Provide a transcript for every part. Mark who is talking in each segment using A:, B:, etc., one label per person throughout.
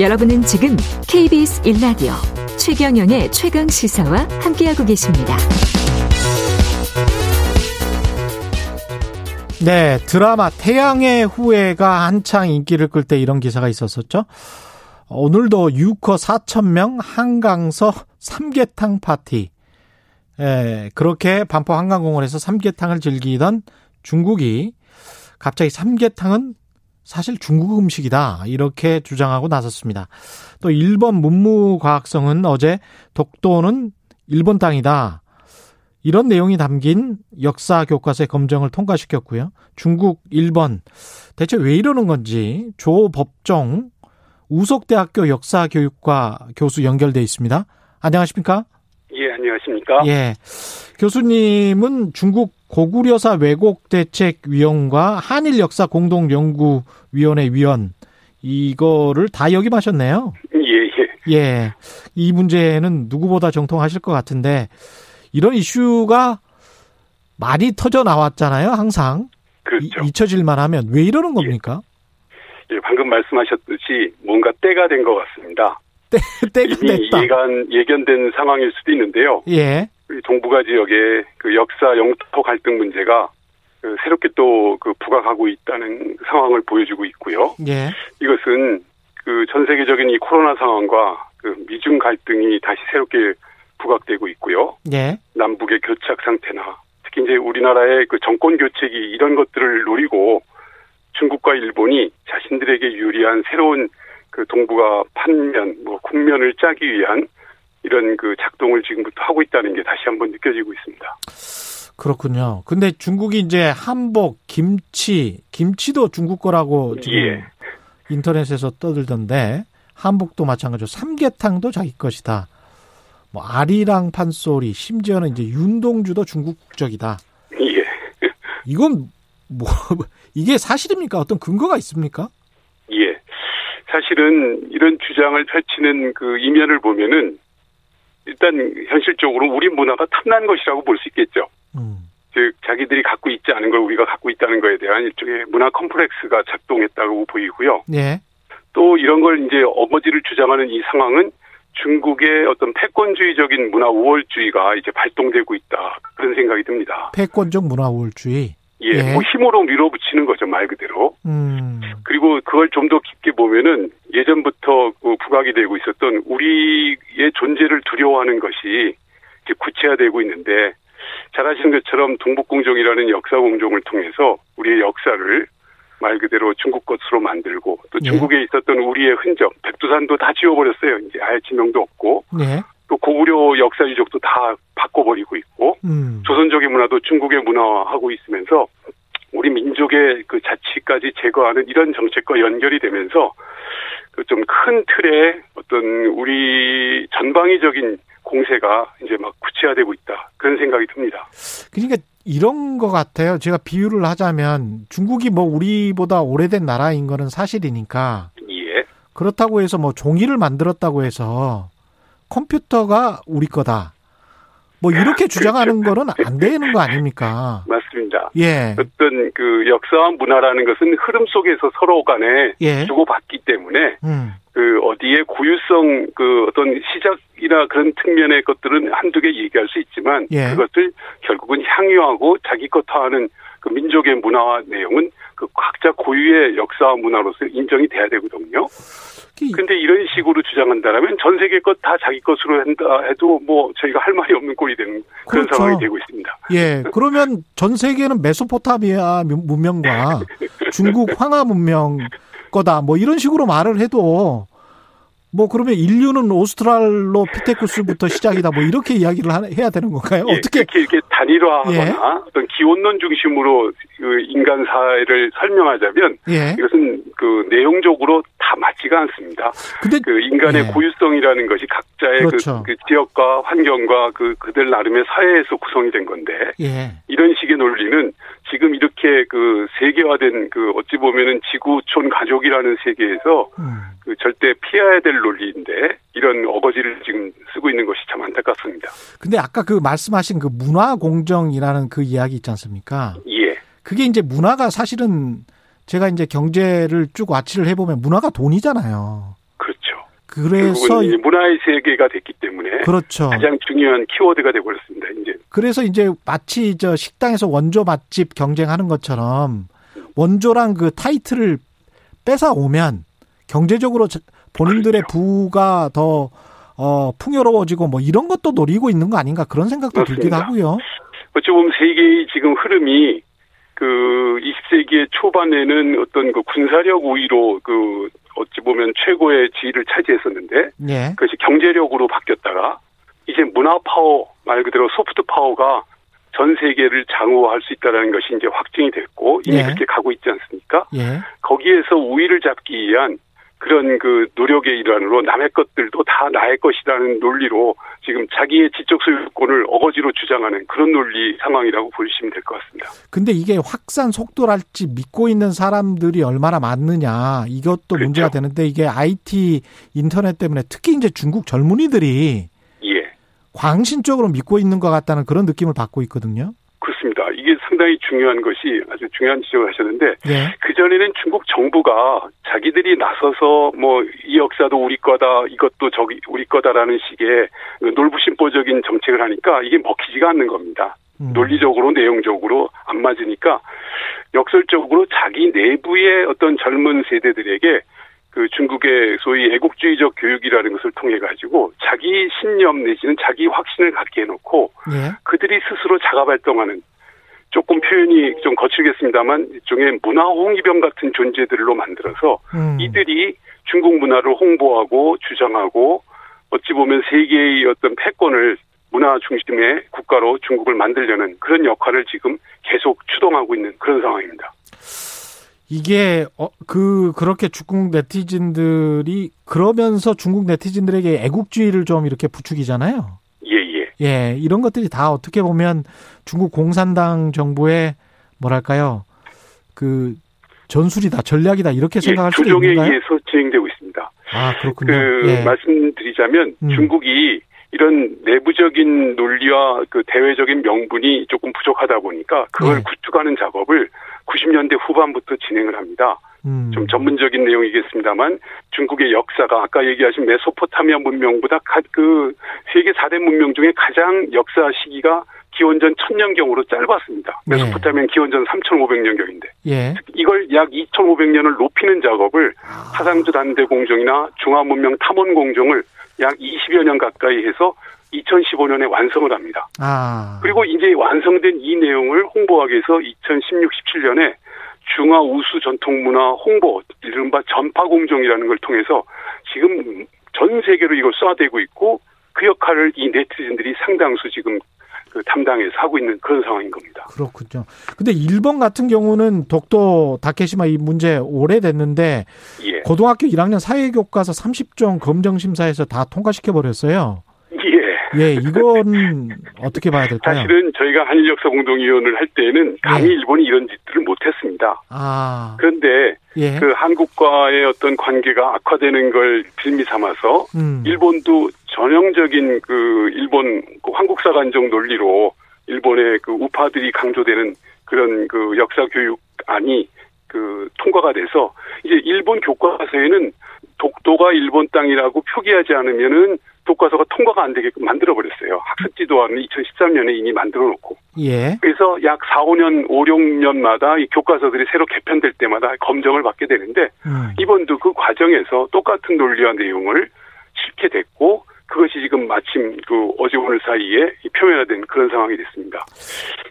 A: 여러분은 지금 KBS 1라디오 최경영의 최강 시사와 함께하고 계십니다.
B: 네, 드라마 태양의 후예가 한창 인기를 끌 때 이런 기사가 있었었죠. 오늘도 유커 4천명 한강서 삼계탕 파티. 예, 그렇게 반포 한강공원에서 삼계탕을 즐기던 중국이 갑자기 삼계탕은 사실 중국 음식이다. 이렇게 주장하고 나섰습니다. 또 일본 문무과학성은 어제 독도는 일본 땅이다. 이런 내용이 담긴 역사 교과서의 검정을 통과시켰고요. 중국, 일본 대체 왜 이러는 건지 조법종 우석대학교 역사교육과 교수 연결돼 있습니다. 안녕하십니까?
C: 예, 안녕하십니까?
B: 예. 교수님은 중국 고구려사 왜곡 대책 위원과 한일 역사 공동 연구 위원회 위원 이거를 다 역임하셨네요.
C: 예, 예.
B: 예. 이 문제는 누구보다 정통하실 것 같은데 이런 이슈가 많이 터져 나왔잖아요, 항상.
C: 그렇죠.
B: 이- 잊혀질만 하면 왜 이러는 겁니까?
C: 예, 방금 말씀하셨듯이 뭔가 때가 된 것 같습니다.
B: 때가
C: 이미
B: 됐다.
C: 예간, 예견된 상황일 수도 있는데요.
B: 예.
C: 이 동북아 지역의 그 역사 영토 갈등 문제가 그 새롭게 또 그 부각하고 있다는 상황을 보여주고 있고요.
B: 예.
C: 이것은 그 전 세계적인 이 코로나 상황과 그 미중 갈등이 다시 새롭게 부각되고 있고요.
B: 예.
C: 남북의 교착 상태나 특히 이제 우리나라의 그 정권 교체기 이런 것들을 노리고 중국과 일본이 자신들에게 유리한 새로운 그 동북아 판면, 뭐 국면을 짜기 위한 이런 그 작동을 지금부터 하고 있다는 게 다시 한번 느껴지고 있습니다.
B: 그렇군요. 근데 중국이 이제 한복, 김치, 김치도 중국 거라고 지금
C: 예.
B: 인터넷에서 떠들던데 한복도 마찬가지로 삼계탕도 자기 것이다. 뭐 아리랑 판소리, 심지어는 이제 윤동주도 중국 국적이다.
C: 예.
B: 이건 뭐 이게 사실입니까? 어떤 근거가 있습니까?
C: 예. 사실은 이런 주장을 펼치는 그 이면을 보면은 일단 현실적으로 우리 문화가 탐난 것이라고 볼 수 있겠죠.
B: 음.
C: 즉 자기들이 갖고 있지 않은 걸 우리가 갖고 있다는 거에 대한 일종의 문화 컴플렉스가 작동했다고 보이고요.
B: 예.
C: 또 이런 걸 이제 어거지를 주장하는 이 상황은 중국의 어떤 패권주의적인 문화 우월주의가 이제 발동되고 있다 그런 생각이 듭니다.
B: 패권적 문화 우월주의.
C: 예,
B: 예.
C: 뭐 힘으로 밀어붙이는 거죠 말 그대로.
B: 음.
C: 그리고 그걸 좀 더 깊게 보면은 예전부터 그 부각이 되고 있었던 우리의 존재를 두려워하는 것이 이제 구체화되고 있는데 잘 아시는 것처럼 동북공정이라는 역사공정을 통해서 우리의 역사를 말 그대로 중국 것으로 만들고 또
B: 예.
C: 중국에 있었던 우리의 흔적 백두산도 다 지워버렸어요 이제 아예 지명도 없고
B: 예.
C: 또 고구려 역사 유적도 다 바꿔버리고 있고
B: 음.
C: 조선적인 문화도 중국의 문화화하고 있으면서 우리 민족의 그 자치까지 제거하는 이런 정책과 연결이 되면서 그 좀 큰 틀의 어떤 우리 전방위적인 공세가 이제 막 구체화되고 있다 그런 생각이 듭니다.
B: 그러니까 이런 것 같아요. 제가 비유를 하자면 중국이 뭐 우리보다 오래된 나라인 거는 사실이니까
C: 예,
B: 그렇다고 해서 뭐 종이를 만들었다고 해서 컴퓨터가 우리 거다. 뭐 이렇게 주장하는 거는 안 되는 거 아닙니까?
C: 맞습니다.
B: 예.
C: 어떤 그 역사와 문화라는 것은 흐름 속에서 서로 간에
B: 예.
C: 주고받기 때문에
B: 음.
C: 그 어디에 고유성 그 어떤 시작이나 그런 측면의 것들은 한두 개 얘기할 수 있지만
B: 예.
C: 그것을 결국은 향유하고 자기 것화하는 그 민족의 문화와 내용은 그 각자 고유의 역사와 문화로서 인정이 돼야 되거든요.
B: 이-
C: 근데 이런 식으로 주장한다라면 전 세계 것 다 자기 것으로 한다 해도 뭐 저희가 할 말이 없는 꼴이 되는 그런
B: 그렇죠.
C: 상황이 되고 있습니다.
B: 예. 그러면 전 세계는 메소포타미아 문- 문명과 중국 황하 문명 거다. 뭐 이런 식으로 말을 해도 뭐 그러면 인류는 오스트랄로피테쿠스부터 시작이다. 뭐 이렇게 이야기를 하- 해야 되는 건가요?
C: 예,
B: 어떻게?
C: 특히 이렇게 단일화하거나
B: 예.
C: 어떤 기원론 중심으로 그 인간 사회를 설명하자면
B: 예.
C: 이것은 그 내용적으로 다 맞지가 않습니다.
B: 근데
C: 그 인간의
B: 예.
C: 고유성이라는 것이 각자의 그-
B: 그렇죠.
C: 그, 지역과 환경과 그 그들 나름의 사회에서 구성이 된 건데
B: 예.
C: 이런 식의 논리는 지금 이렇게 그 세계화된 그 어찌 보면은 지구촌 가족이라는 세계에서
B: 음.
C: 그 절대 피해야 될 논리인데 이런 어거지를 지금 쓰고 있는 것이 참 안타깝습니다.
B: 근데 아까 그 말씀하신 그 문화 공정이라는 그 이야기 있지 않습니까?
C: 예,
B: 그게 이제 문화가 사실은 제가 이제 경제를 쭉 와치를 해보면 문화가 돈이잖아요.
C: 그렇죠.
B: 그래서
C: 결국은 이 문화의 세계가 됐기 때문에
B: 그렇죠.
C: 가장 중요한 키워드가 되버렸습니다. 이제
B: 그래서 이제 마치 저 식당에서 원조 맛집 경쟁하는 것처럼 원조랑 그 타이틀을 뺏어 오면 경제적으로 저- 본인들의 부가 더 어, 풍요로워지고 뭐 이런 것도 노리고 있는 거 아닌가 그런 생각도 들기도
C: 맞습니다.
B: 하고요.
C: 어찌 보면 세계의 지금 흐름이 그 20세기의 초반에는 어떤 그 군사력 우위로 그 어찌 보면 최고의 지위를 차지했었는데
B: 예.
C: 그것이 경제력으로 바뀌었다가 이제 문화 파워 말 그대로 소프트 파워가 전 세계를 장우할 수 있다는 것이 이제 확증이 됐고 이미
B: 네.
C: 그렇게 가고 있지 않습니까?
B: 예.
C: 거기에서 우위를 잡기 위한 그런 그 노력의 일환으로 남의 것들도 다 나의 것이라는 논리로 지금 자기의 지적 소유권을 어거지로 주장하는 그런 논리 상황이라고 보시면 될 것 같습니다.
B: 근데 이게 확산 속도랄지 믿고 있는 사람들이 얼마나 많느냐 이것도
C: 그렇죠.
B: 문제가 되는데 이게 IT 인터넷 때문에 특히 이제 중국 젊은이들이
C: 예.
B: 광신적으로 믿고 있는 것 같다는 그런 느낌을 받고 있거든요.
C: 그렇습니다. 이게 상당히 중요한 것이 아주 중요한 지적을 하셨는데
B: 예.
C: 그전에는 중국 정부가 자기들이 나서서 뭐 이 역사도 우리 거다 이것도 저기 우리 거다라는 식의 그 놀부심보적인 정책을 하니까 이게 먹히지가 않는 겁니다.
B: 음.
C: 논리적으로 내용적으로 안 맞으니까 역설적으로 자기 내부의 어떤 젊은 세대들에게 그 중국의 소위 애국주의적 교육이라는 것을 통해 가지고 자기 신념 내지는 자기 확신을 갖게 해놓고
B: 예.
C: 그들이 스스로 자가 발동하는 조금 표현이 좀 거칠겠습니다만 일종의 문화 홍위병 같은 존재들로 만들어서
B: 음.
C: 이들이 중국 문화를 홍보하고 주장하고 어찌 보면 세계의 어떤 패권을 문화 중심의 국가로 중국을 만들려는 그런 역할을 지금 계속 추동하고 있는 그런 상황입니다.
B: 이게 어, 그 그렇게 중국 네티즌들이 그러면서 중국 네티즌들에게 애국주의를 좀 이렇게 부추기잖아요.
C: 예, 예.
B: 예, 이런 것들이 다 어떻게 보면 중국 공산당 정부의 뭐랄까요? 그 전술이다, 전략이다 이렇게
C: 예,
B: 생각할 수도
C: 조정에
B: 있는가요?
C: 의해서 진행되고 있습니다.
B: 아, 그렇군요.
C: 그
B: 예.
C: 말씀드리자면
B: 음.
C: 중국이 이런 내부적인 논리와 그 대외적인 명분이 조금 부족하다 보니까 그걸
B: 네.
C: 구축하는 작업을 90년대 후반부터 진행을 합니다.
B: 음.
C: 좀 전문적인 내용이겠습니다만 중국의 역사가 아까 얘기하신 메소포타미아 문명보다 가- 그 세계 4대 문명 중에 가장 역사 시기가 기원전 1000년경으로 짧았습니다.
B: 네.
C: 메소포타미아는 기원전 3500년경인데
B: 예.
C: 이걸 약 2500년을 높이는 작업을 사상주 단대 공정이나 중화문명 탐원 공정을 약 20여 년 가까이 해서 2015년에 완성을 합니다.
B: 아.
C: 그리고 이제 완성된 이 내용을 홍보하기 위해서 2016, 17년에 중화 우수 전통문화 홍보, 이른바 전파공정이라는 걸 통해서 지금 전 세계로 이걸 쏴대고 있고 그 역할을 이 네티즌들이 상당수 지금 그 담당해서 하고 있는 그런 상황인 겁니다.
B: 그렇군요. 근데 일본 같은 경우는 독도 다케시마 이 문제 오래됐는데
C: 예.
B: 고등학교 1학년 사회 교과서 30종 검정 심사에서 다 통과시켜 버렸어요.
C: 예.
B: 예, 이건 어떻게 봐야 될까요?
C: 사실은 저희가 한일역사공동위원회를 할 때는 감히
B: 예.
C: 일본이 이런 짓들을 못했습니다.
B: 아.
C: 그런데
B: 예.
C: 그 한국과의 어떤 관계가 악화되는 걸 빌미 삼아서
B: 음.
C: 일본도 전형적인 그 일본 그 한국사 관적 논리로 일본의 그 우파들이 강조되는 그런 그 역사 교육안이 그 통과가 돼서 이제 일본 교과서에는 독도가 일본 땅이라고 표기하지 않으면은 교과서가 통과가 안 되게끔 만들어 버렸어요. 학습 지도안을 2013년에 이미 만들어 놓고.
B: 예.
C: 그래서 약 4, 5년, 5, 6년마다 이 교과서들이 새로 개편될 때마다 검정을 받게 되는데
B: 음.
C: 이번도 그 과정에서 똑같은 논리와 내용을 실게 됐고 그것이 지금 마침 그 어제 오늘 사이에 이 표면화된 그런 상황이 됐습니다.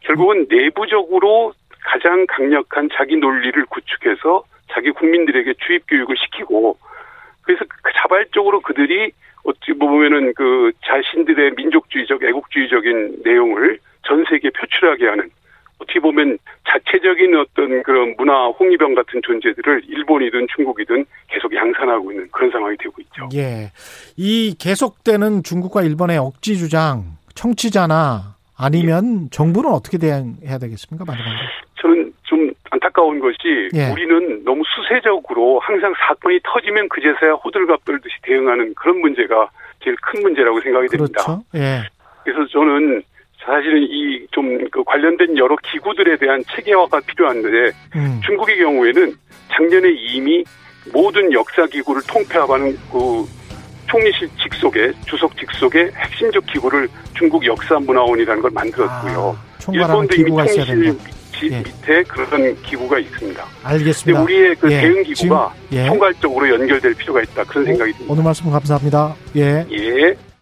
C: 결국은 내부적으로 가장 강력한 자기 논리를 구축해서 자기 국민들에게 주입 교육을 시키고 그래서 그 자발적으로 그들이 어찌 보면은 그 자신들의 민족주의적 애국주의적인 내용을 전 세계에 표출하게 하는 어떻게 보면 자체적인 어떤 그런 문화 홍위병 같은 존재들을 일본이든 중국이든 계속 양산하고 있는 그런 상황이 되고 있죠.
B: 예. 이 계속되는 중국과 일본의 억지 주장, 청취자나 아니면
C: 예.
B: 정부는 어떻게 대응해야 되겠습니까, 마지막으로?
C: 저는 좀 안타까운 것이
B: 예.
C: 우리는 너무 수세적으로 항상 사건이 터지면 그제서야 호들갑 떨듯이 대응하는 그런 문제가 제일 큰 문제라고 생각이 됩니다.
B: 그렇죠. 예.
C: 그래서 저는 사실은 이 좀 그 관련된 여러 기구들에 대한 체계화가 필요한데
B: 음.
C: 중국의 경우에는 작년에 이미 모든 역사 기구를 통폐합하는 그 총리실직 속에 주석 직 속에 핵심적 기구를 중국 역사문화원이라는 걸 만들었고요.
B: 아, 총괄하는 기구가 있어야 된다.
C: 지-
B: 예.
C: 밑에 그런 기구가 있습니다. 근데
B: 알겠습니다.
C: 우리의 그
B: 예,
C: 대응 기구가
B: 지금, 예.
C: 총괄적으로 연결될 필요가 있다. 그런 생각이 듭니다.
B: 오늘 말씀 감사합니다. 예.
C: 예.